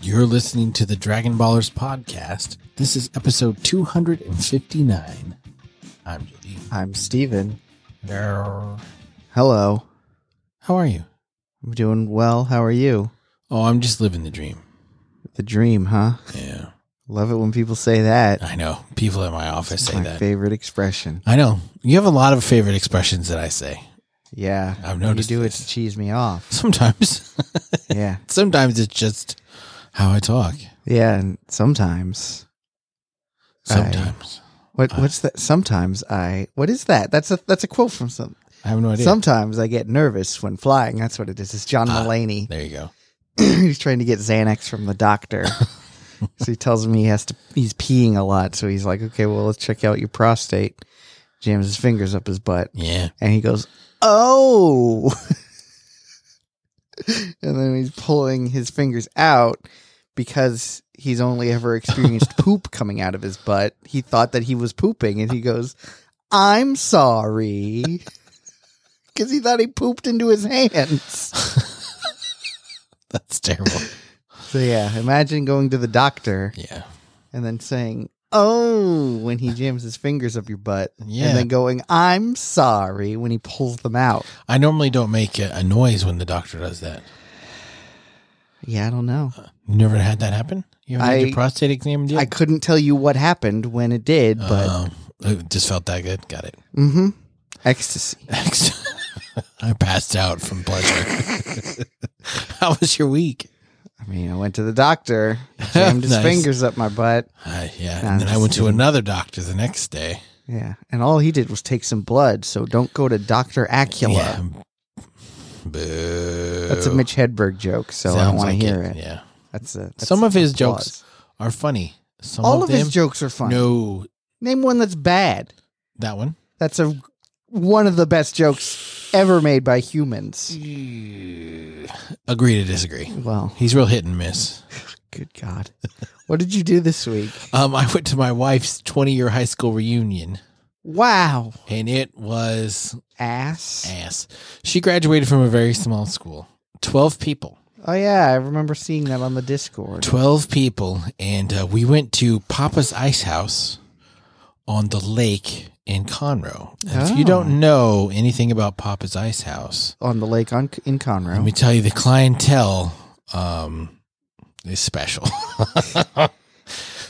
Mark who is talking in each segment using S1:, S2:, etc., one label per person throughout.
S1: You're listening to the Dragon Ballers podcast. This is episode 259. I'm JD.
S2: I'm Steven.
S1: How
S2: Hello.
S1: are you?
S2: I'm doing well. How are you?
S1: Oh, I'm just living the dream.
S2: The dream, huh?
S1: Yeah,
S2: Love it when people say that.
S1: I know. People at my office say
S2: My
S1: that.
S2: favorite expression.
S1: I know. You have a lot of favorite expressions that I say.
S2: Yeah.
S1: I've noticed
S2: You do it
S1: this.
S2: to cheese me off.
S1: Sometimes.
S2: yeah.
S1: Sometimes it's just how I talk.
S2: Yeah. And sometimes. I-
S1: Sometimes.
S2: What, what's that? Sometimes I. What is that? That's a that's a quote from some.
S1: I, have no idea.
S2: Sometimes I get nervous when flying. That's what it is. It's John
S1: Ah.
S2: Mulaney.
S1: there you go.
S2: he's trying to get Xanax from the doctor. so he tells him he has to. He's peeing a lot. So he's like, okay, well, let's check out your prostate. Jams his fingers up his butt.
S1: Yeah.
S2: And he goes, Oh. and then he's pulling his fingers out because he's only ever experienced poop coming out of his butt. He thought that he was pooping and he goes, I'm sorry. Because he thought he pooped into his hands.
S1: That's terrible.
S2: So, yeah, imagine going to the doctor
S1: Yeah.
S2: and then saying, Oh, when he jams his fingers up your butt.
S1: Yeah.
S2: And then going, I'm sorry when he pulls them out.
S1: I normally don't make a, a noise when the doctor does that.
S2: Yeah, I don't know.
S1: You never had that happen? You ever had
S2: I-
S1: your prostate examined yet?
S2: I couldn't tell you what happened when it did, but
S1: Um, it just felt that good. Got it.
S2: hmm ecstasy.
S1: Next. I passed out from pleasure. How was your week?
S2: I mean, I went to the doctor, jammed his
S1: Nice.
S2: fingers up my butt.
S1: Uh, yeah.
S2: I'm
S1: And then I
S2: just
S1: went to another doctor the next day.
S2: Yeah, and all he did was take some blood. So don't go to Doctor Acula.
S1: Yeah. Boo.
S2: That's a Mitch Hedberg joke, so I don't
S1: Sounds
S2: want
S1: like
S2: to hear it.
S1: Yeah.
S2: That's a that's
S1: Some of his
S2: applause.
S1: jokes are funny. Some
S2: All
S1: of
S2: of
S1: them,
S2: his jokes are funny.
S1: No,
S2: Name one that's bad.
S1: that one.
S2: That's a one of the best jokes ever made by humans.
S1: Agree to disagree.
S2: Well,
S1: He's real hit and miss.
S2: good God, what did you do this week?
S1: Um, I went to my wife's 20 year high school reunion
S2: Wow,
S1: and it was
S2: ass.
S1: ass. She graduated from a very small school. 12 people.
S2: Oh yeah, I remember seeing that on the Discord.
S1: 12 people. And uh, we went to Papa's Ice House on the lake in Conroe. And If you don't know anything about Papa's Ice House,
S2: on the lake on in
S1: let
S2: Conroe.
S1: me tell you the clientele um, is special.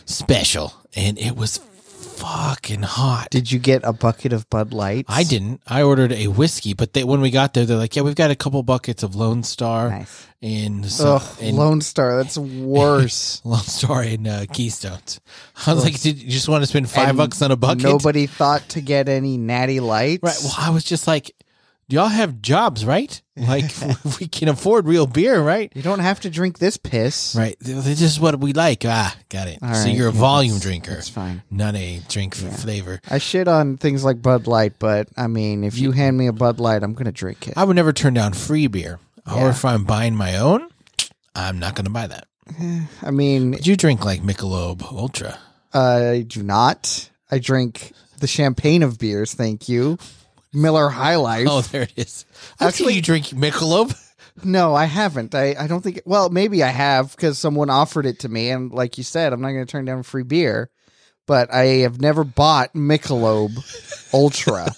S1: special. And it was fucking hot.
S2: Did you get a bucket of Bud Lights?
S1: I didn't. I ordered a whiskey, but they, when we got there, they're like, "Yeah, we've got a couple buckets of Lone Star
S2: Nice.
S1: and some,
S2: Ugh,
S1: and
S2: Lone Star. That's worse.
S1: Lone Star and uh, Keystones. I was like, did you just want to spend five
S2: And
S1: bucks on a bucket?
S2: Nobody thought to get any Natty Lights.
S1: Right. Well, I was just like, do y'all have jobs, right? Like, we can afford real beer, right?
S2: you don't have to drink this piss.
S1: Right. This is what we like. Ah, got it.
S2: All
S1: so
S2: right,
S1: you're a
S2: yeah,
S1: volume
S2: that's-
S1: drinker,
S2: That's fine.
S1: not a drink for flavor.
S2: I shit on things like Bud Light, but I mean, if you hand me a Bud Light, I'm gonna drink it.
S1: I would never turn down free beer. Or
S2: Yeah.
S1: if I'm buying my own, I'm not going to buy that.
S2: I mean,
S1: But you drink like Michelob Ultra.
S2: I do not. I drink the champagne of beers. Thank you, Miller High Life.
S1: Oh, there it is. Actually, you drink Michelob.
S2: No, I haven't. I, I don't think. Well, maybe I have because someone offered it to me, and like you said, I'm not going to turn down free beer. But I have never bought Michelob Ultra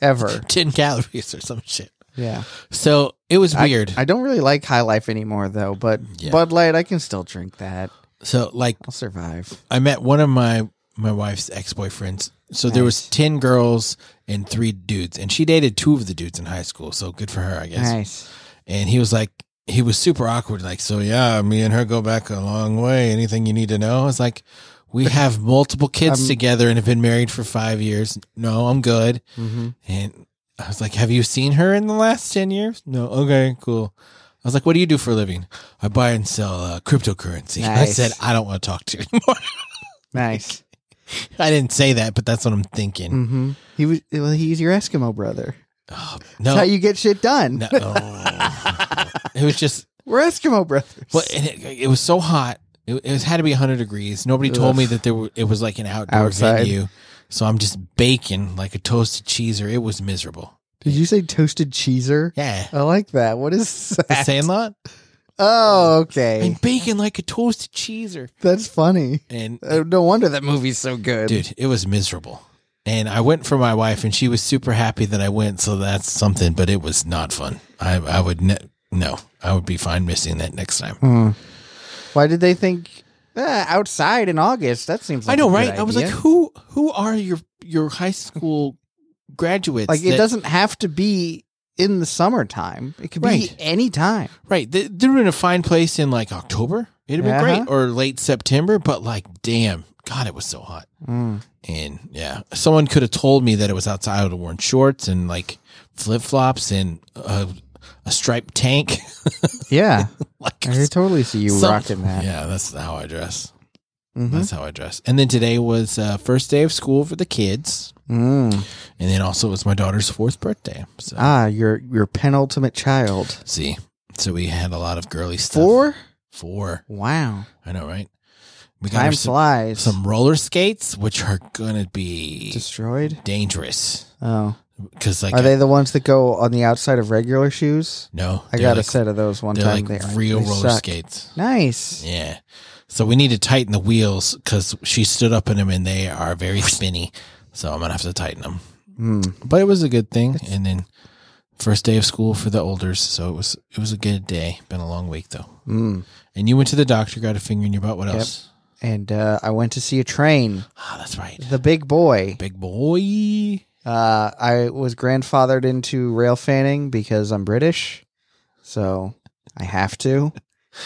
S2: ever.
S1: Ten calories or some shit.
S2: Yeah,
S1: So it was weird.
S2: I don't really like High Life anymore, though. But
S1: Yeah.
S2: Bud Light, I can still drink that.
S1: so like
S2: I'll survive.
S1: I met one of my my wife's ex boyfriends. So there was ten girls and three dudes, and she dated two of the dudes in high school. So good for her, I guess.
S2: Nice.
S1: And he was like, he was super awkward. Like, so yeah, me and her go back a long way. Anything you need to know? I was like, we have multiple kids
S2: Um,
S1: together and have been married for five years. No, I'm good.
S2: hmm
S1: And I was like, Have you seen her in the last 10 years? No. Okay, cool. I was like, What do you do for a living? I buy and sell uh, cryptocurrency. I
S2: Nice.
S1: said, I don't want to talk to you anymore.
S2: Nice.
S1: I didn't say that, but that's what I'm thinking.
S2: hmm He was. Well, he's your Eskimo brother.
S1: Oh,
S2: That's how
S1: no.
S2: you get shit done.
S1: no. oh. it was just,
S2: We're Eskimo brothers.
S1: well, and it, it was so hot. It, it was, had to be 100 degrees. Nobody told
S2: Ugh.
S1: me that there were, it was like an outdoor
S2: Outside.
S1: venue. So I'm just baking like a toasted cheeser. It was miserable.
S2: Did you say toasted cheeser?
S1: Yeah.
S2: I like that. What is
S1: The
S2: that?
S1: Sandlot?
S2: Oh,
S1: and
S2: okay.
S1: bacon like a toasted cheeser.
S2: That's funny.
S1: And
S2: Uh, no wonder that movie's so good.
S1: dude, it was miserable. And I went for my wife, and she was super happy that I went. So that's something, but it was not fun. I I would ne- no, I would be fine missing that next time.
S2: Hmm. Why did they think "Ah, outside in August? That seems. like
S1: I know,
S2: a good
S1: right? I was like,
S2: idea."
S1: who who are your your high school graduates?
S2: like it
S1: that-
S2: doesn't have to be in the summertime. It could be
S1: Right.
S2: any time.
S1: right. They, they were in a fine place in like October. It'd have been
S2: Uh-huh.
S1: great, or late September. But like, damn, God, it was so hot.
S2: Mm.
S1: And yeah, someone could have told me that it was outside. I would have worn shorts and like flip flops and a, a striped tank.
S2: Yeah,
S1: like
S2: I could totally see you
S1: some-
S2: rocking that.
S1: Yeah, that's how I dress.
S2: Mhm.
S1: That's how I dress. And then today was uh, first day of school for the kids,
S2: Mm.
S1: and then also it was my daughter's fourth birthday. So
S2: Ah, your your penultimate child.
S1: see, so we had a lot of girly stuff.
S2: Four.
S1: Four.
S2: Wow.
S1: I know, right? We got her
S2: Time
S1: some,
S2: flies.
S1: some roller skates, which are gonna be
S2: Destroyed.
S1: dangerous
S2: Oh,
S1: because like
S2: are they the ones that go on the outside of regular shoes?
S1: no,
S2: I
S1: they're
S2: got a
S1: like,
S2: set of those one
S1: They're
S2: time.
S1: like
S2: They are-
S1: real
S2: they
S1: roller
S2: suck.
S1: skates.
S2: Nice.
S1: Yeah. So we need to tighten the wheels because she stood up in them and they are very spinny. So I'm gonna have to tighten them.
S2: Mm.
S1: But it was a good thing. And then first day of school for the olders, so it was it was a good day. Been a long week though.
S2: Mm.
S1: And you went to the doctor, got a finger in your butt. What
S2: Yep.
S1: else?
S2: And uh, I went to see a train.
S1: Ah, that's right.
S2: The big boy.
S1: Big boy.
S2: Uh, I was grandfathered into rail fanning because I'm British, so I have to.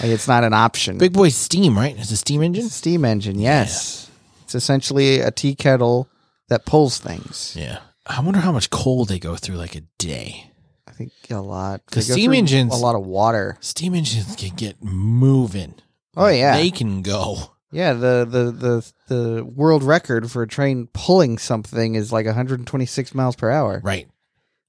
S2: Like, it's not an option.
S1: Big boy's steam, right? It's a steam
S2: It's
S1: engine.
S2: a steam engine, yes. It's essentially a tea kettle that pulls things.
S1: Yeah. I wonder how much coal they go through like a day.
S2: I think a lot.
S1: 'Cause
S2: They go
S1: steam
S2: through
S1: engines-
S2: a lot of water.
S1: Steam engines can get moving.
S2: Oh yeah,
S1: They can go.
S2: yeah. The, the the the world record for a train pulling something is like 126 miles per hour,
S1: Right.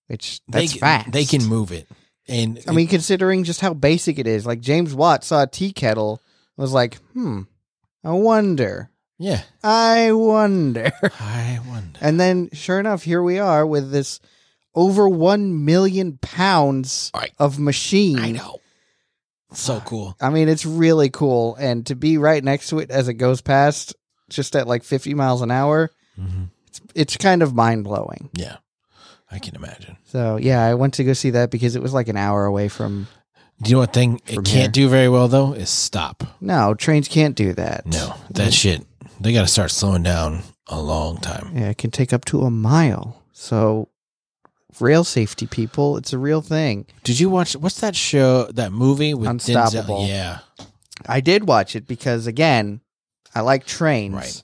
S2: which that's
S1: they, can-
S2: fast.
S1: They can move it. And
S2: I mean, considering just how basic it is, like James Watt saw a tea kettle, and was like, "Hmm, I wonder,
S1: yeah,
S2: I wonder,"
S1: I wonder.
S2: and then sure enough, here we are with this over one million pounds
S1: Right.
S2: of machine.
S1: I know. So cool.
S2: I mean, it's really cool, and to be right next to it as it goes past, just at like fifty miles an hour,
S1: hmm
S2: it's it's kind of mind blowing.
S1: Yeah, I can imagine.
S2: So yeah, I went to go see that because it was like an hour away from.
S1: Do you know what thing it
S2: From
S1: can't
S2: here.
S1: do very well though is stop.
S2: No, trains can't do that.
S1: No, that shit. They got to start slowing down a long time.
S2: Yeah, it can take up to a mile. So, rail safety people, it's a real thing.
S1: Did you watch what's that show? That movie with
S2: Unstoppable.
S1: Denzel? Yeah,
S2: I did watch it because, again, I like trains.
S1: Right.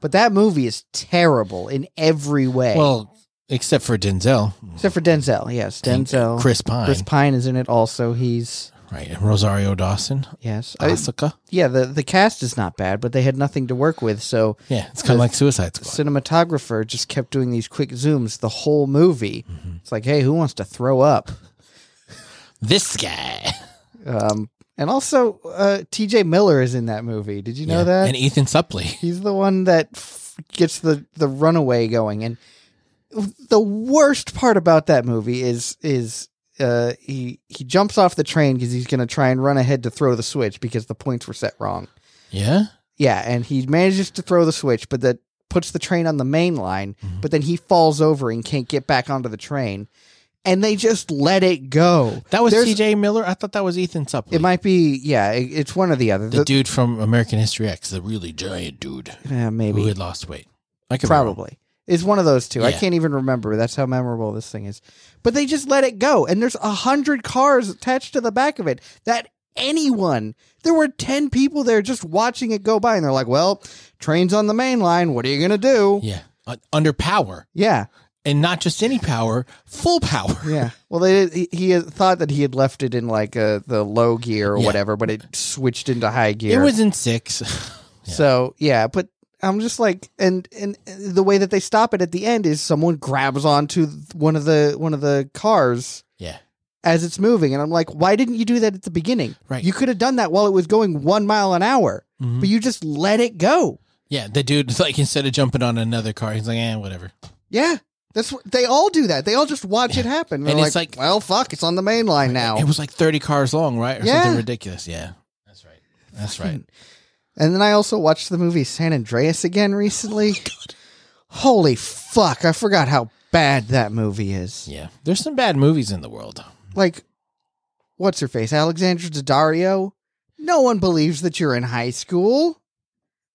S2: But that movie is terrible in every way.
S1: Well, except for Denzel.
S2: except for Denzel. Yes,
S1: And
S2: Denzel.
S1: Chris Pine.
S2: Chris Pine is in it also. He's,
S1: Right. And Rosario Dawson.
S2: yes. I-
S1: Asuka.
S2: yeah, the, the cast is not bad, but they had nothing to work with. So,
S1: Yeah, it's kind of like Suicide Squad.
S2: cinematographer just kept doing these quick zooms the whole movie. It's like, hey, who wants to throw up?
S1: this guy.
S2: Um, and also, uh, T.J. Miller is in that movie. Did you know that?
S1: And Ethan Suplee.
S2: He's the one that f- gets the the runaway going. And the worst part about that movie is is uh, he he jumps off the train because he's going to try and run ahead to throw the switch because the points were set wrong.
S1: Yeah.
S2: Yeah, and he manages to throw the switch, but that puts the train on the main line.
S1: Mm-hmm.
S2: But then he falls over and can't get back onto the train, and they just let it go.
S1: That was
S2: There's-
S1: T.J. Miller. I thought that was Ethan Suplee.
S2: It might be, yeah, it, it's one or the other.
S1: the,
S2: The-
S1: dude from American History X, the really giant dude
S2: yeah, maybe
S1: who had lost weight. I could be wrong.
S2: probably is one of those two. I
S1: Yeah.
S2: can't even remember. That's how memorable this thing is. But they just let it go, and there's a hundred cars attached to the back of it. That anyone, there were ten people there just watching it go by, and they're like, "Well, train's on the main line. What are you gonna do?"
S1: Yeah. Uh, under power.
S2: Yeah,
S1: And not just any power, full power.
S2: yeah. well, they he, he had thought that he had left it in like uh, the low gear or
S1: Yeah.
S2: whatever, but it switched into high gear.
S1: It was in six.
S2: So yeah, but I'm just like, and and the way that they stop it at the end is someone grabs onto one of the one of the cars
S1: yeah.
S2: as it's moving, and I'm like, why didn't you do that at the beginning?
S1: Right.
S2: You could have done that while it was going one mile an hour,
S1: Mhm.
S2: but you just let it go.
S1: Yeah. The dude, like, instead of jumping on another car, he's like, eh, whatever.
S2: Yeah, That's what they all do that. They all just watch it happen. They're
S1: And it's like-
S2: well, fuck, it's on the main line now.
S1: It was like 30 cars long, right? Or
S2: Yeah.
S1: something ridiculous. Yeah. That's right. That's right.
S2: And then I also watched the movie San Andreas again
S1: Oh,
S2: recently. Holy fuck, I forgot how bad that movie is.
S1: Yeah. There's some bad movies in the world.
S2: Like, what's her face? Alexandra Daddario? No one believes that you're in high school.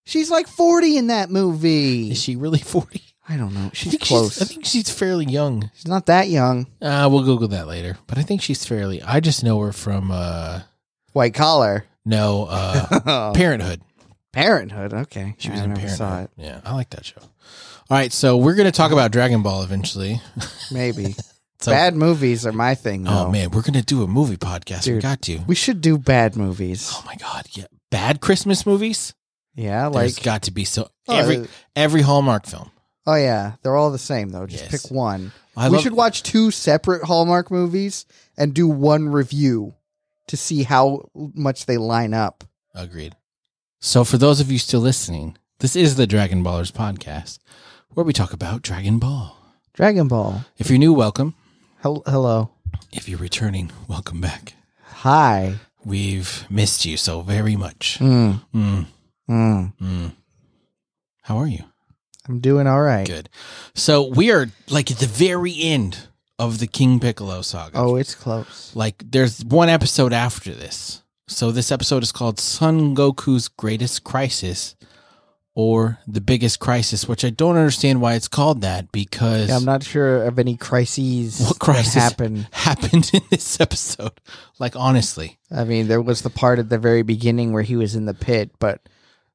S2: She's like 40 in that movie.
S1: Is she really 40?
S2: I don't know.
S1: I
S2: She's
S1: think
S2: close.
S1: She's, I think she's fairly young.
S2: she's not that young.
S1: Uh, we'll Google that later. But I think she's fairly. I just know her from, uh,
S2: White collar.
S1: no, uh, Parenthood.
S2: Parenthood. Okay.
S1: She was
S2: I
S1: in
S2: never
S1: Parenthood.
S2: saw it.
S1: Yeah. I like that show. All right. So we're going to talk about Dragon Ball eventually.
S2: Maybe.
S1: So-
S2: bad movies are my thing, though.
S1: Oh, man. We're going to do a movie podcast. We
S2: Dude.
S1: got to.
S2: We should do bad movies.
S1: Oh, my God. Yeah. Bad Christmas movies?
S2: Yeah,
S1: There's
S2: like
S1: got to be so.
S2: Oh,
S1: Every, every Hallmark film.
S2: Oh yeah, they're all the same though. Just
S1: Yes.
S2: pick one.
S1: I
S2: we
S1: love-
S2: should watch two separate Hallmark movies and do one review to see how much they line up.
S1: Agreed. So, for those of you still listening, this is the Dragon Ballers podcast, where we talk about Dragon Ball.
S2: Dragon Ball.
S1: If you're new, welcome.
S2: Hel- hello.
S1: If you're returning, welcome back.
S2: Hi.
S1: We've missed you so very much.
S2: Mm,
S1: Mm,
S2: mm.
S1: mm. How are you?
S2: I'm doing all right.
S1: Good. So, we are like at the very end of the King Piccolo saga.
S2: Oh, it's close.
S1: Like, there's one episode after this. So, this episode is called Son Goku's Greatest Crisis or The Biggest Crisis, which I don't understand why it's called that because
S2: Yeah, I'm not sure of any crises
S1: What crisis?
S2: that happened.
S1: happened in this episode. Like, honestly,
S2: I mean, there was the part at the very beginning where he was in the pit, but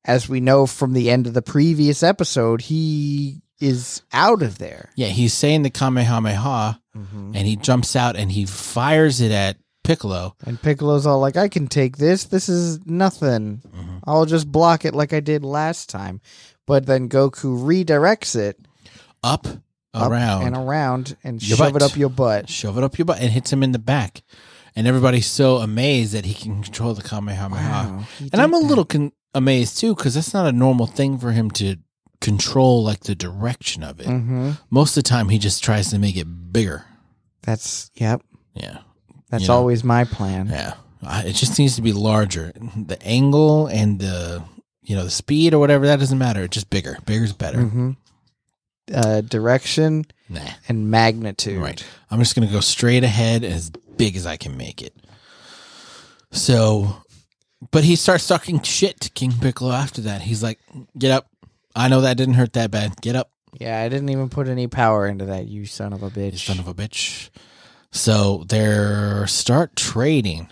S2: as we know from the end of the previous episode, he is out of there.
S1: yeah, he's saying the Kamehameha and he jumps out and he fires it at Piccolo.
S2: And Piccolo's all like, I can take this. This is nothing.
S1: Mm-hmm.
S2: I'll just block it like I did last time. But then Goku redirects it
S1: Up,
S2: up
S1: around,
S2: and around and
S1: Oh, Your
S2: shove
S1: butt.
S2: it up your butt.
S1: shove it up your butt, and hits him in the back. And everybody's so amazed that he can control the Kamehameha.
S2: he did
S1: uh-huh. And I'm a
S2: that.
S1: little con- amazed too, because that's not a normal thing for him to control, like the direction of it.
S2: Mhm.
S1: Most of the time, he just tries to make it bigger.
S2: That's yep.
S1: Yeah.
S2: That's
S1: Yeah.
S2: always my plan.
S1: Yeah, I- it just needs to be larger. The angle and the you know the speed or whatever that doesn't matter. It's just bigger. Bigger's better.
S2: hmm Uh, direction
S1: Nah,
S2: and magnitude.
S1: right. I'm just gonna go straight ahead as big as I can make it. So, but he starts talking shit to King Piccolo after that. He's like, "Get up! I know that didn't hurt that bad. Get up,
S2: Yeah, I didn't even put any power into that. You son of a
S1: you
S2: bitch.
S1: son of a bitch." So they start trading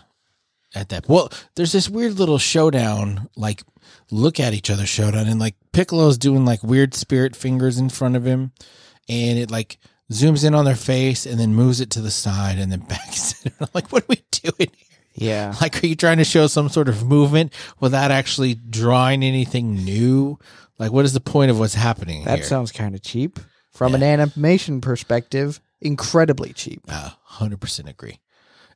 S1: at that. Well, there's this weird little showdown, like look at each other showdown, and like Piccolo's doing like weird spirit fingers in front of him, and it like zooms in on their face and then moves it to the side and then back. I'm like, what are we doing? here?
S2: yeah.
S1: Like, are you trying to show some sort of movement without actually drawing anything new? Like, what is the point of what's happening?
S2: That
S1: here?
S2: sounds kind of cheap. From an animation perspective, incredibly cheap.
S1: uh, hundred percent agree.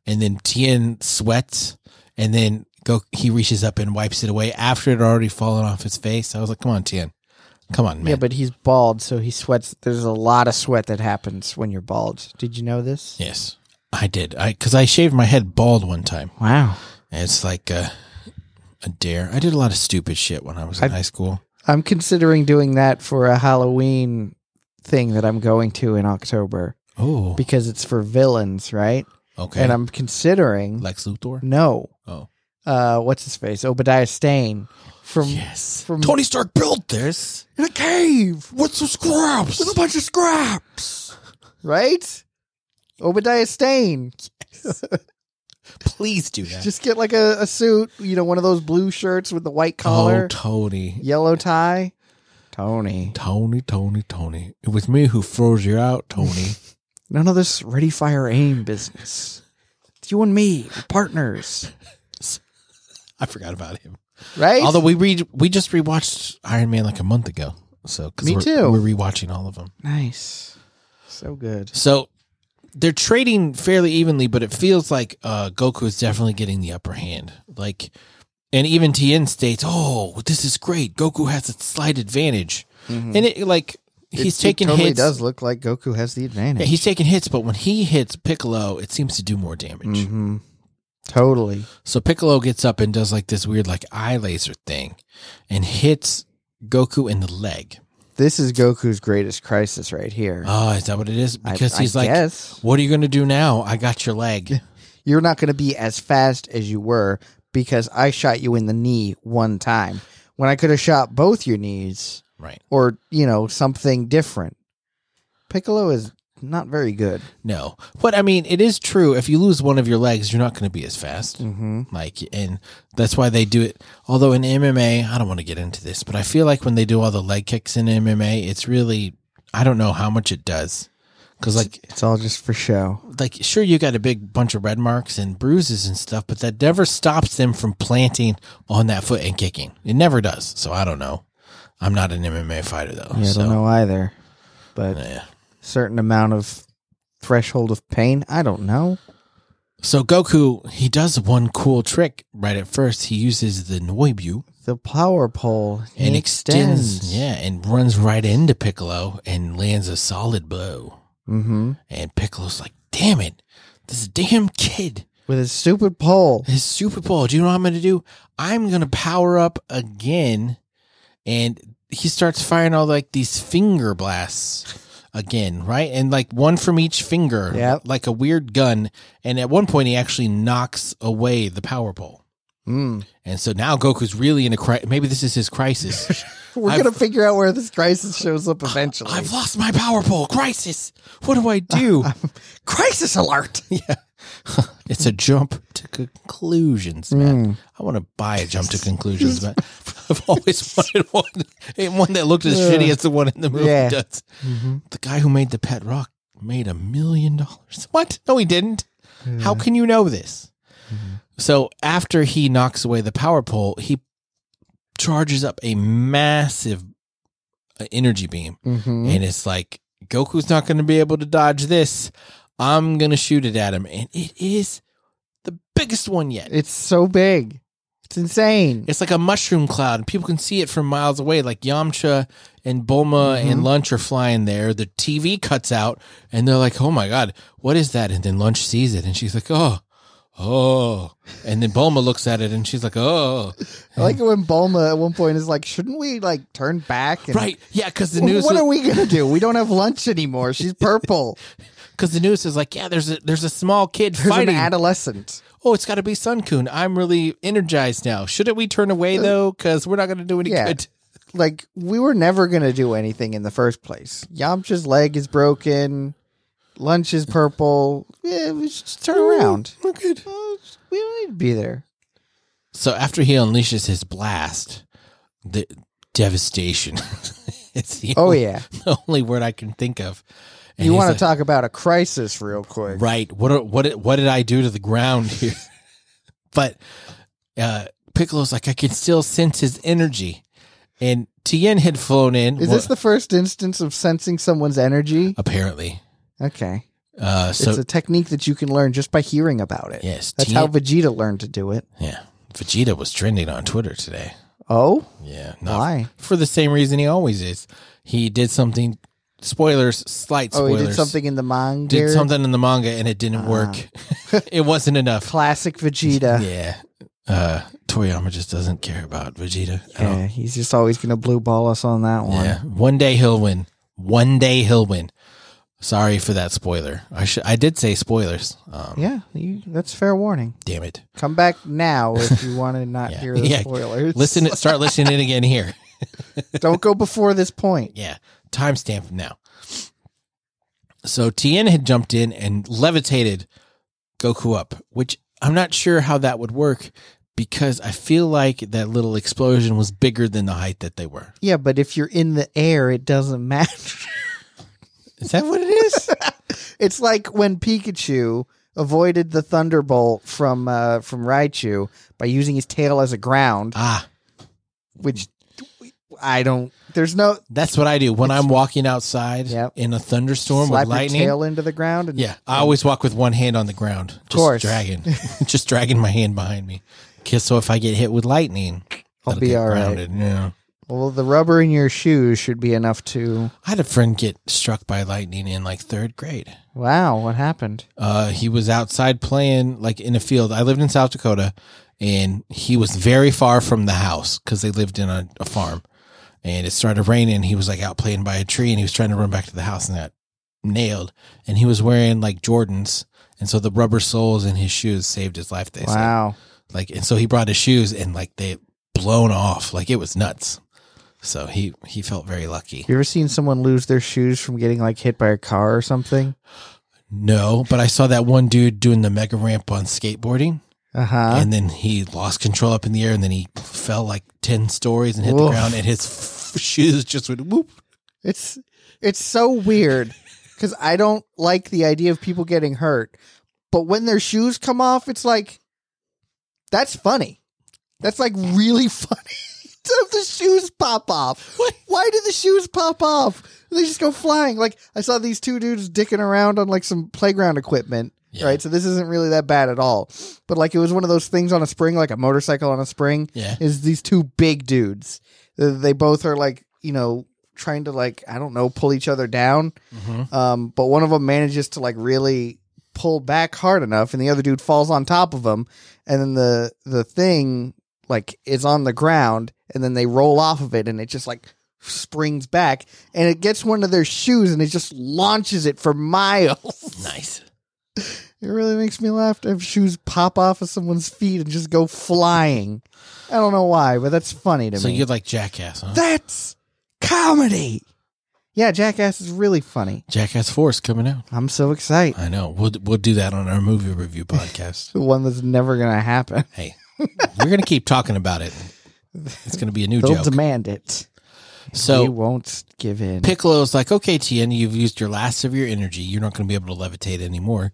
S1: And then Tien sweats, and then go. He reaches up and wipes it away after it had already fallen off his face. I was like, "Come on, Tien, come on, man."
S2: Yeah, but he's bald, so he sweats. There's a lot of sweat that happens when you're bald. Did you know this?
S1: yes, I did. I because I shaved my head bald one time.
S2: Wow.
S1: And it's like a, a dare. I did a lot of stupid shit when I was in high school.
S2: I'm considering doing that for a Halloween thing that I'm going to in October
S1: Oh,
S2: because it's for villains, right?
S1: okay.
S2: And I'm considering
S1: Lex Luthor.
S2: no.
S1: Oh,
S2: Uh, what's his face? Obadiah Stane from
S1: yes.
S2: from-
S1: Tony Stark built this
S2: in a cave
S1: with some scraps.
S2: bunch of scraps, right? Obadiah Stane.
S1: Please do that.
S2: Just get like a, a suit, you know, one of those blue shirts with the white
S1: oh,
S2: collar,
S1: Tony.
S2: yellow tie. Tony.
S1: Tony, Tony, Tony. It was me who froze you out, Tony.
S2: None of this ready, fire, aim business. It's you and me, we're partners,
S1: I forgot about him.
S2: right?
S1: Although we read, we just rewatched Iron Man like a month ago. So 'cause
S2: Me
S1: we're,
S2: too.
S1: We're rewatching all of them.
S2: nice, so good.
S1: So they're trading fairly evenly, but it feels like uh, Goku is definitely getting the upper hand. Like, and even Tien states, "Oh, this is great. Goku has a slight advantage," and it like he's
S2: Hmm. Mm-hmm. it
S1: taking
S2: totally
S1: hits.
S2: does look like Goku has the advantage.
S1: Yeah, he's taking hits, but when he hits Piccolo, it seems to do more damage.
S2: hmm Totally.
S1: So Piccolo gets up and does like this weird like eye laser thing, and hits Goku in the leg.
S2: This is Goku's greatest crisis right here.
S1: Oh, is that what it is?
S2: I-
S1: Because
S2: I
S1: he's like,
S2: guess.
S1: "What are you going to do now? I got your leg."
S2: you're not going to be as fast as you were because I shot you in the knee one time when I could have shot both your knees
S1: right.
S2: or, you know, something different. Piccolo is not very good.
S1: No, but I mean, it is true. If you lose one of your legs, you're not going to be as fast.
S2: Mm-hmm.
S1: Like, and that's why they do it. Although in MMA, I don't want to get into this, but I feel like when they do all the leg kicks in MMA, it's really I don't know how much it does. Because like,
S2: It's all just for show.
S1: like sure you got a big bunch of red marks and bruises and stuff, but that never stops them from planting on that foot and kicking. It never does. So I don't know. I'm not an MMA fighter though.
S2: Yeah, I
S1: Oh, so
S2: don't know either. But
S1: yeah.
S2: certain amount of threshold of pain, I don't know.
S1: So Goku, he does one cool trick right at first. He uses the Noibu
S2: The power pole
S1: and
S2: it
S1: extends, yeah, and runs right into Piccolo and lands a solid blow.
S2: Mm-hmm.
S1: And Piccolo's like, "Damn it, this damn kid
S2: With his stupid pole.
S1: is Super Bowl. Do you know what I'm going to do? I'm going to power up again." And he starts firing all like these finger blasts again, right? And like one from each finger,
S2: Yep.
S1: like a weird gun. And at one point, he actually knocks away the power pole.
S2: Mm.
S1: And so now Goku's really in a crisis. Maybe this is his crisis.
S2: We're
S1: I've-
S2: going to figure out where this crisis shows up eventually.
S1: I've lost my power pole. Crisis. What do I do?
S2: crisis alert.
S1: it's a jump to conclusions, man. I want to buy a jump to conclusions, man. I've always wanted one, and one that looked as shitty as the one in the movie
S2: Yeah.
S1: does. The guy who made the pet rock made a million dollars. What? No, he didn't. How can you know this? So after he knocks away the power pole, he charges up a massive uh, energy beam
S2: Mm-hmm.
S1: and it's like Goku's not going to be able to dodge this. I'm going to shoot it at him, and it is the biggest one yet.
S2: It's so big. It's insane.
S1: It's like a mushroom cloud, and people can see it from miles away. Like Yamcha and Bulma
S2: Mm-hmm.
S1: and Lunch are flying there. The TV cuts out, and they're like, "Oh my god, what is that?" And then Lunch sees it, and she's like, "Oh." Oh, and then Bulma looks at it and she's like, "Oh,
S2: I like it when Bulma at one point is like, shouldn't we like turn back? And,
S1: right, yeah." Because the
S2: What
S1: news,
S2: are we gonna do? We don't have lunch anymore. She's purple.
S1: because the news is like, "Yeah, there's a there's a small kid
S2: There's
S1: fighting."
S2: an adolescent.
S1: oh, it's got to be Sunkun. I'm really energized now. Shouldn't we turn away though? Because we're not going to do any
S2: Uh, Yeah.
S1: good.
S2: Like we were never gonna do anything in the first place. Yamcha's leg is broken. Lunch is purple. Yeah, we should just turn around.
S1: Oh, We're good.
S2: Uh, We don't need to be there.
S1: So after he unleashes his blast, the devastation. it's the
S2: Oh
S1: only,
S2: yeah.
S1: the only word I can think of. And
S2: you
S1: he's
S2: want to
S1: like,
S2: talk about a crisis real quick?
S1: Right. What are- what did- what did I do to the ground here? but uh, Piccolo's like, I can still sense his energy, and Tien had flown in.
S2: Is this
S1: Wha-
S2: the first instance of sensing someone's energy?
S1: apparently?
S2: Okay.
S1: Uh, so
S2: it's a technique that you can learn just by hearing about it.
S1: yes,
S2: That's
S1: Tien-
S2: how Vegeta learned to do it.
S1: yeah. Vegeta was trending on Twitter today.
S2: Oh,
S1: Yeah. Not
S2: why?
S1: For the same reason he always is. He did something, spoilers, slight
S2: Oh,
S1: spoilers.
S2: he did something in the manga.
S1: Did something in the manga and it didn't work.
S2: Ah.
S1: it wasn't enough.
S2: Classic Vegeta.
S1: Yeah. Uh, Toriyama just doesn't care about Vegeta at all.
S2: Yeah, he's just always going to blue ball us on that one.
S1: Yeah. One day he'll win. One day he'll win. Sorry for that spoiler. I should. I did say spoilers. Um,
S2: Yeah, you, that's fair warning.
S1: Damn it.
S2: Come back now if you want to not
S1: Yeah.
S2: hear the
S1: Yeah.
S2: spoilers.
S1: Listen. Start listening again here.
S2: Don't go before this point.
S1: Yeah. Timestamp now. So Tien had jumped in and levitated Goku up, which I'm not sure how that would work because I feel like that little explosion was bigger than the height that they were.
S2: Yeah, but if you're in the air, it doesn't matter.
S1: Is that what it is?
S2: It's like when Pikachu avoided the thunderbolt from uh, from Raichu by using his tail as a ground,
S1: ah,
S2: which I don't. There's no
S1: that's what I do when I'm walking outside
S2: Yep.
S1: in a thunderstorm
S2: slap
S1: with lightning.
S2: your tail into the ground. And,
S1: Yeah, I always walk with one hand on the ground, just
S2: course.
S1: dragging, just dragging my hand behind me. 'Cause So if I get hit with lightning,
S2: I'll
S1: that'll
S2: be
S1: get
S2: all right.
S1: grounded, Yeah.
S2: Well, the rubber in your shoes should be enough to.
S1: I had a friend get struck by lightning in like third grade.
S2: Wow, what happened?
S1: Uh, he was outside playing like in a field. I lived in South Dakota, and he was very far from the house because they lived in a, a farm. And it started raining. He was like out playing by a tree, and he was trying to run back to the house, and got nailed. And he was wearing like Jordans, and so the rubber soles in his shoes saved his life. They said.
S2: Wow.
S1: like, and so he brought his shoes, and like they blown off, like it was nuts. So he he felt very lucky.
S2: You ever seen someone lose their shoes from getting like hit by a car or something?
S1: No, but I saw that one dude doing the mega ramp on skateboarding,
S2: Uh huh.
S1: and then he lost control up in the air, and then he fell like ten stories and hit the
S2: Woof.
S1: ground, and his f- shoes just went whoop.
S2: It's it's so weird because I don't like the idea of people getting hurt, but when their shoes come off, it's like that's funny. That's like really funny. So the shoes pop off. Why do the shoes pop off? They just go flying. Like I saw these two dudes dicking around on like some playground equipment.
S1: Yeah.
S2: Right, so this isn't really that bad at all. But like, it was one of those things on a spring, like a motorcycle on a spring
S1: Yeah,
S2: is these two big dudes. Uh, They both are like, you know, trying to like, I don't know, pull each other down.
S1: hmm
S2: Um, but one of them manages to like really pull back hard enough, and the other dude falls on top of him, and then the the thing like is on the ground, and then they roll off of it, and it just like springs back, and it gets one of their shoes, and it just launches it for miles.
S1: nice.
S2: It really makes me laugh to have shoes pop off of someone's feet and just go flying. I don't know why, but that's funny to
S1: So
S2: me.
S1: you're like Jackass, huh?
S2: that's comedy. Yeah, Jackass is really funny.
S1: Jackass Four is coming out.
S2: I'm so excited.
S1: I know. We'll we'll do that on our movie review podcast.
S2: The one that's never gonna happen.
S1: hey, we're gonna keep talking about it. It's gonna be a new
S2: They'll
S1: joke.
S2: demand it.
S1: so
S2: we won't give in.
S1: Piccolo's like, okay, Tien, you've used your last of your energy. You're not going to be able to levitate anymore.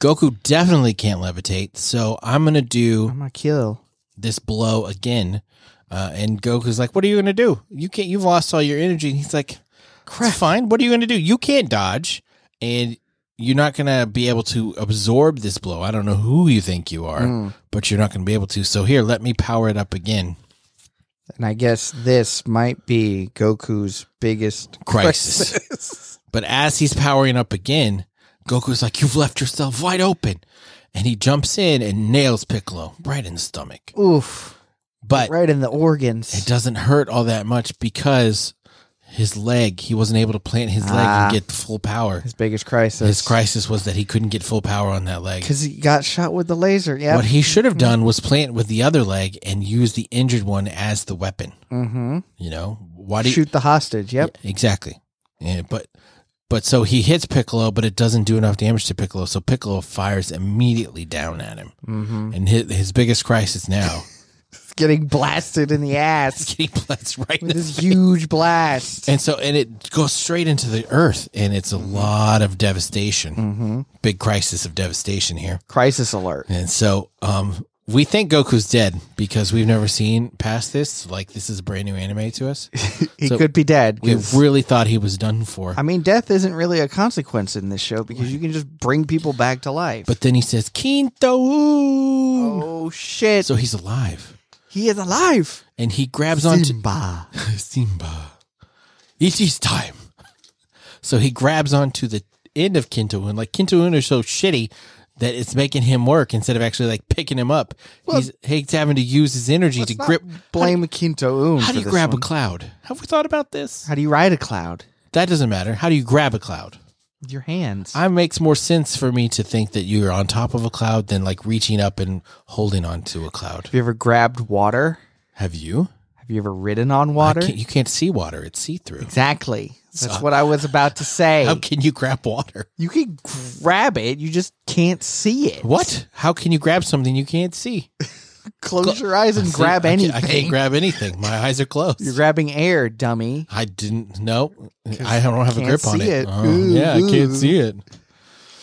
S1: Goku definitely can't levitate. So I'm going to do
S2: I'm gonna kill.
S1: this blow again. Uh, and Goku's like, what are you going to do? You can't, you've lost all your energy. And he's like, crap, fine. What are you going to do? You can't dodge and you're not going to be able to absorb this blow. I don't know who you think you are,
S2: Mm.
S1: but you're not going to be able to. So here, let me power it up again.
S2: And I guess this might be Goku's biggest
S1: Crisis.
S2: crisis.
S1: But as he's powering up again, Goku's like, You've left yourself wide open. And he jumps in and nails Piccolo right in the stomach.
S2: Oof!
S1: But
S2: right in the organs.
S1: it doesn't hurt all that much because his leg, he wasn't able to plant his leg
S2: Ah.
S1: and get the full power.
S2: His biggest crisis.
S1: His crisis was that he couldn't get full power on that leg.
S2: because he got shot with the laser. Yeah.
S1: What he should have
S2: Mm-hmm.
S1: done was plant with the other leg and use the injured one as the weapon.
S2: mm-hmm.
S1: You know, why do you,
S2: shoot the hostage. Yep.
S1: Yeah, exactly. Yeah, but but so he hits Piccolo, but it doesn't do enough damage to Piccolo. So Piccolo fires immediately down at him,
S2: Mm-hmm.
S1: and his, his biggest crisis now
S2: Getting blasted in the
S1: is
S2: ass
S1: getting blessed right. in
S2: with
S1: the-
S2: this huge blast.
S1: And so, and it goes straight into the earth, and it's a lot of devastation.
S2: Mm-hmm.
S1: Big crisis of devastation here.
S2: Crisis alert.
S1: And so, um, we think Goku's dead because we've never seen past this. Like this is a brand new anime to us.
S2: He
S1: So
S2: could be dead.
S1: We
S2: 'cause-
S1: really thought he was done for.
S2: I mean, death isn't really a consequence in this show because you can just bring people back to life.
S1: But then he says, "Kinto."
S2: oh shit,
S1: So he's alive.
S2: he is alive.
S1: and he grabs onto
S2: Simba.
S1: Simba. It is time. So he grabs onto the end of Kinto and like Kinto is so shitty that it's making him work instead of actually like picking him up.
S2: Well-
S1: he's, he's having to use his energy to
S2: Let's not
S1: grip.
S2: Blame Kinto Un.
S1: How do
S2: for
S1: you
S2: this
S1: grab
S2: one.
S1: a cloud? Have we thought about this?
S2: How do you ride a cloud?
S1: That doesn't matter. How do you grab a cloud?
S2: With your hands.
S1: It makes more sense for me to think that you're on top of a cloud than like reaching up and holding onto a cloud.
S2: Have you ever grabbed water?
S1: Have you?
S2: Have you ever ridden on
S1: I
S2: water?
S1: can't- you can't see water; it's see through.
S2: Exactly. That's
S1: So-
S2: what I was about to say.
S1: How can you grab water?
S2: You can grab it, you just can't see it.
S1: What? How can you grab something you can't see?
S2: Close your eyes and
S1: See,
S2: grab
S1: I
S2: anything.
S1: can't- I can't grab anything. My eyes are closed.
S2: You're grabbing air, dummy.
S1: I didn't know. I don't have a
S2: Can't
S1: grip on
S2: see
S1: it.
S2: it.
S1: Oh,
S2: Ooh,
S1: yeah, I can't
S2: ooh.
S1: see it.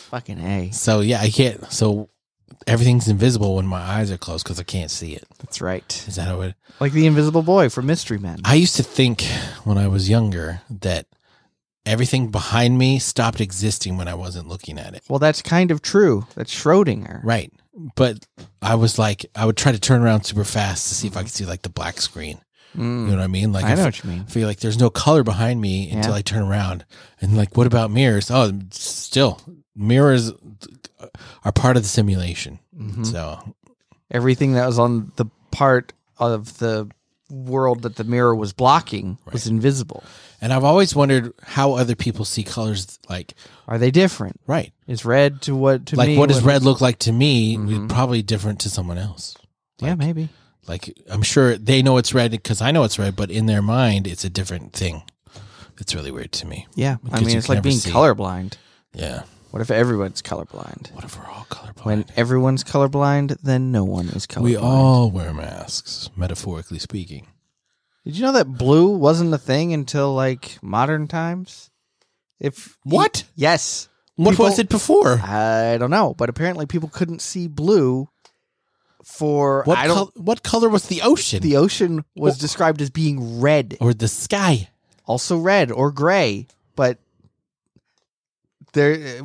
S2: Fucking A.
S1: So yeah, I can't. So everything's invisible when my eyes are closed because I can't see it.
S2: That's right.
S1: Is that how it?
S2: Like the invisible boy from Mystery Men.
S1: I used to think when I was younger that everything behind me stopped existing when I wasn't looking at it.
S2: Well, that's kind of true. That's Schrodinger.
S1: Right. But I was like, I would try to turn around super fast to see if I could see like the black screen.
S2: Mm.
S1: You know what I mean? Like
S2: I
S1: if-
S2: know what you mean.
S1: I feel like there's no color behind me until
S2: Yeah.
S1: I turn around. And like, what about mirrors? Oh, still mirrors are part of the simulation.
S2: Mhm.
S1: So
S2: Everything that was on the part of the world that the mirror was blocking was invisible.
S1: And I've always wondered how other people see colors. Like,
S2: Are they different?
S1: right?
S2: Is red to what to
S1: like,
S2: me?
S1: what Mm-hmm. does red look like to me?
S2: Mhm.
S1: Probably different to someone else.
S2: Yeah, maybe.
S1: Like, I'm sure they know it's red because I know it's red, but in their mind, it's a different thing. It's really weird to me.
S2: Yeah, I
S1: Because
S2: mean
S1: you
S2: it's
S1: can
S2: like
S1: never
S2: being
S1: see.
S2: colorblind.
S1: Yeah.
S2: What if everyone's colorblind?
S1: What if we're all colorblind?
S2: When everyone's colorblind, then no one is colorblind.
S1: we all wear masks, metaphorically speaking.
S2: Did you know that blue wasn't a thing until like modern times? If
S1: What?
S2: yes,
S1: What
S2: People-
S1: was it before?
S2: I don't know, but apparently people couldn't see blue. For
S1: What
S2: I don't,
S1: col- what color was the ocean
S2: the ocean was
S1: Wh-
S2: described as being red,
S1: or the sky?
S2: also red or gray, but there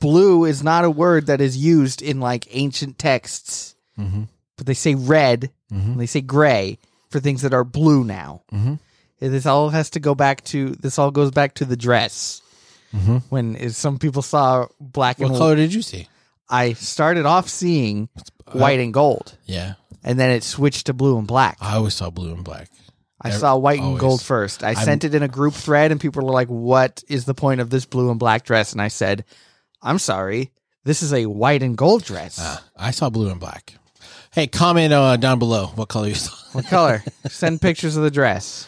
S2: blue is not a word that is used in like ancient texts.
S1: Mm-hmm.
S2: But they say red
S1: Mm-hmm.
S2: and they say gray for things that are blue now.
S1: Mhm.
S2: And This all has to go back to this all goes back to the dress
S1: Mm-hmm.
S2: when is some people saw black
S1: What
S2: and
S1: color did you see?
S2: I started off seeing
S1: uh,
S2: white and gold,
S1: Yeah,
S2: and then it switched to blue and black.
S1: I always saw blue and black.
S2: I saw white and
S1: Uh, always.
S2: gold first. I
S1: I'm-
S2: sent it in a group thread, and people were like, "What is the point of this blue and black dress?" And I said, "I'm sorry, this is a white and gold dress.
S1: Ah, I saw blue and black. Hey, comment uh, down below what color you saw.
S2: What color? Send pictures of the dress."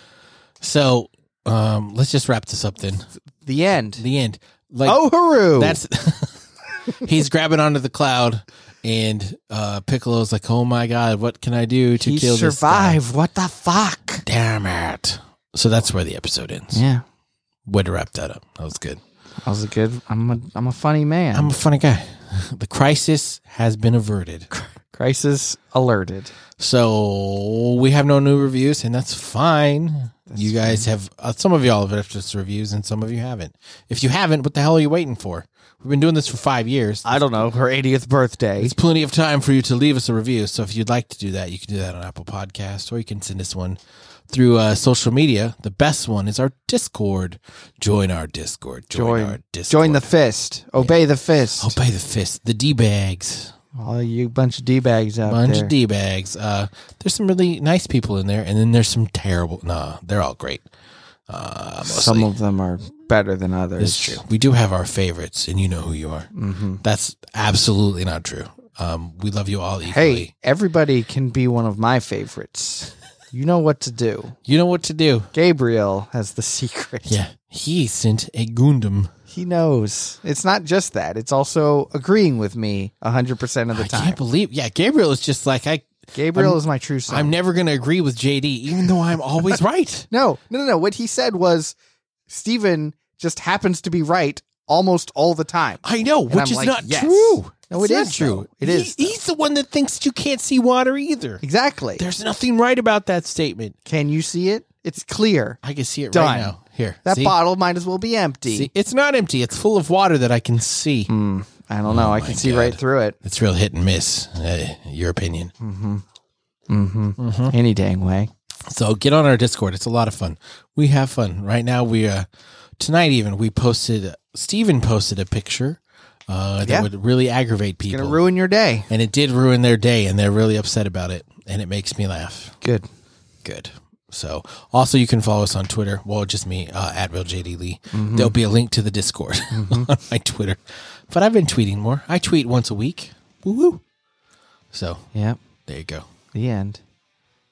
S1: So um, let's just wrap this up then.
S2: The end.
S1: The end. Like
S2: oh, hooroo!
S1: that's he's grabbing onto the cloud, and uh, Piccolo's like, "Oh my god, what can I do to
S2: he
S1: kill this guy?
S2: survived. What the fuck?
S1: Damn it!" So that's where the episode ends.
S2: Yeah,
S1: Way to wrap that up. That was good.
S2: I was a good. I'm a. I'm a funny man.
S1: I'm a funny guy. The crisis has been averted.
S2: Crisis alerted.
S1: So we have no new reviews, and that's fine.
S2: That's
S1: you guys have uh, some of y'all have left us reviews, and some of you haven't. If you haven't, what the hell are you waiting for? We've been doing this for five years.
S2: I don't know her 80th birthday.
S1: There's plenty of time for you to leave us a review. So if you'd like to do that, you can do that on Apple Podcasts, or you can send us one through uh, social media. The best one is our Discord. Join our Discord. Join,
S2: Join-
S1: our Discord.
S2: Join the fist. Obey the fist.
S1: obey the fist, the d bags.
S2: All you bunch of d bags out
S1: bunch
S2: there.
S1: of d bags. Uh, there's some really nice people in there, and then there's some terrible. Nah, they're all great. Uh, mostly.
S2: Some of them are better than others.
S1: it's true. We do have our favorites, and you know who you are.
S2: hmm
S1: That's absolutely not true. Um, we love you all equally.
S2: Hey, everybody can be one of my favorites. You know what to do.
S1: You know what to do.
S2: Gabriel has the secret.
S1: Yeah, he sent a Gundam.
S2: He knows. It's not just that, it's also agreeing with me 100% of the
S1: I can't
S2: time.
S1: believe. Yeah, Gabriel is just like I.
S2: Gabriel is my true son.
S1: I'm never going to agree with JD, even though I'm always right.
S2: no, no, no, no. What he said was Steven just happens to be right almost all the time.
S1: I know,
S2: I'm
S1: which is
S2: like,
S1: not
S2: yes.
S1: true.
S2: No, it
S1: It's not
S2: is,
S1: true.
S2: though.
S1: It
S2: It
S1: is.
S2: is, though.
S1: He's the one that thinks you can't see water either.
S2: Exactly.
S1: There's nothing right about that statement.
S2: Can you see it? It's clear.
S1: I can see it
S2: Done.
S1: right now. Here.
S2: That
S1: see?
S2: bottle might as well be empty.
S1: See? It's not empty. It's full of water that I can see.
S2: Mm, I don't know. I
S1: my
S2: can see right
S1: God.
S2: through it.
S1: It's real hit and miss, uh, your opinion.
S2: Mm-hmm. Mm-hmm. Any dang way.
S1: So get on our Discord. It's a lot of fun. We have fun. Right now, we, uh, tonight even, we posted, Steven posted a picture uh, that
S2: Yeah.
S1: would really aggravate
S2: Gonna
S1: people.
S2: ruin your day.
S1: and it did ruin their day, and they're really upset about it. And it makes me laugh.
S2: Good.
S1: good. So, also, you can follow us on Twitter. Well, just me uh, at real JD Lee. There'll be a link to the Discord on my Twitter. But I've been tweeting more. I tweet once a week. Woo woo. So
S2: Yep.
S1: there you go.
S2: The end.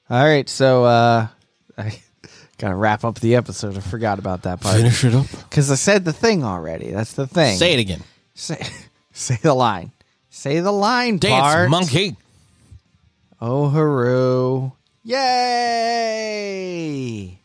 S2: All right. So uh I gotta wrap up the episode. I forgot about that part
S1: Finish it up.
S2: because I said the thing already. That's the thing.
S1: Say it again.
S2: Say, say the line. Say the line.
S1: Dance
S2: part.
S1: monkey.
S2: Oh, hooroo! Yay!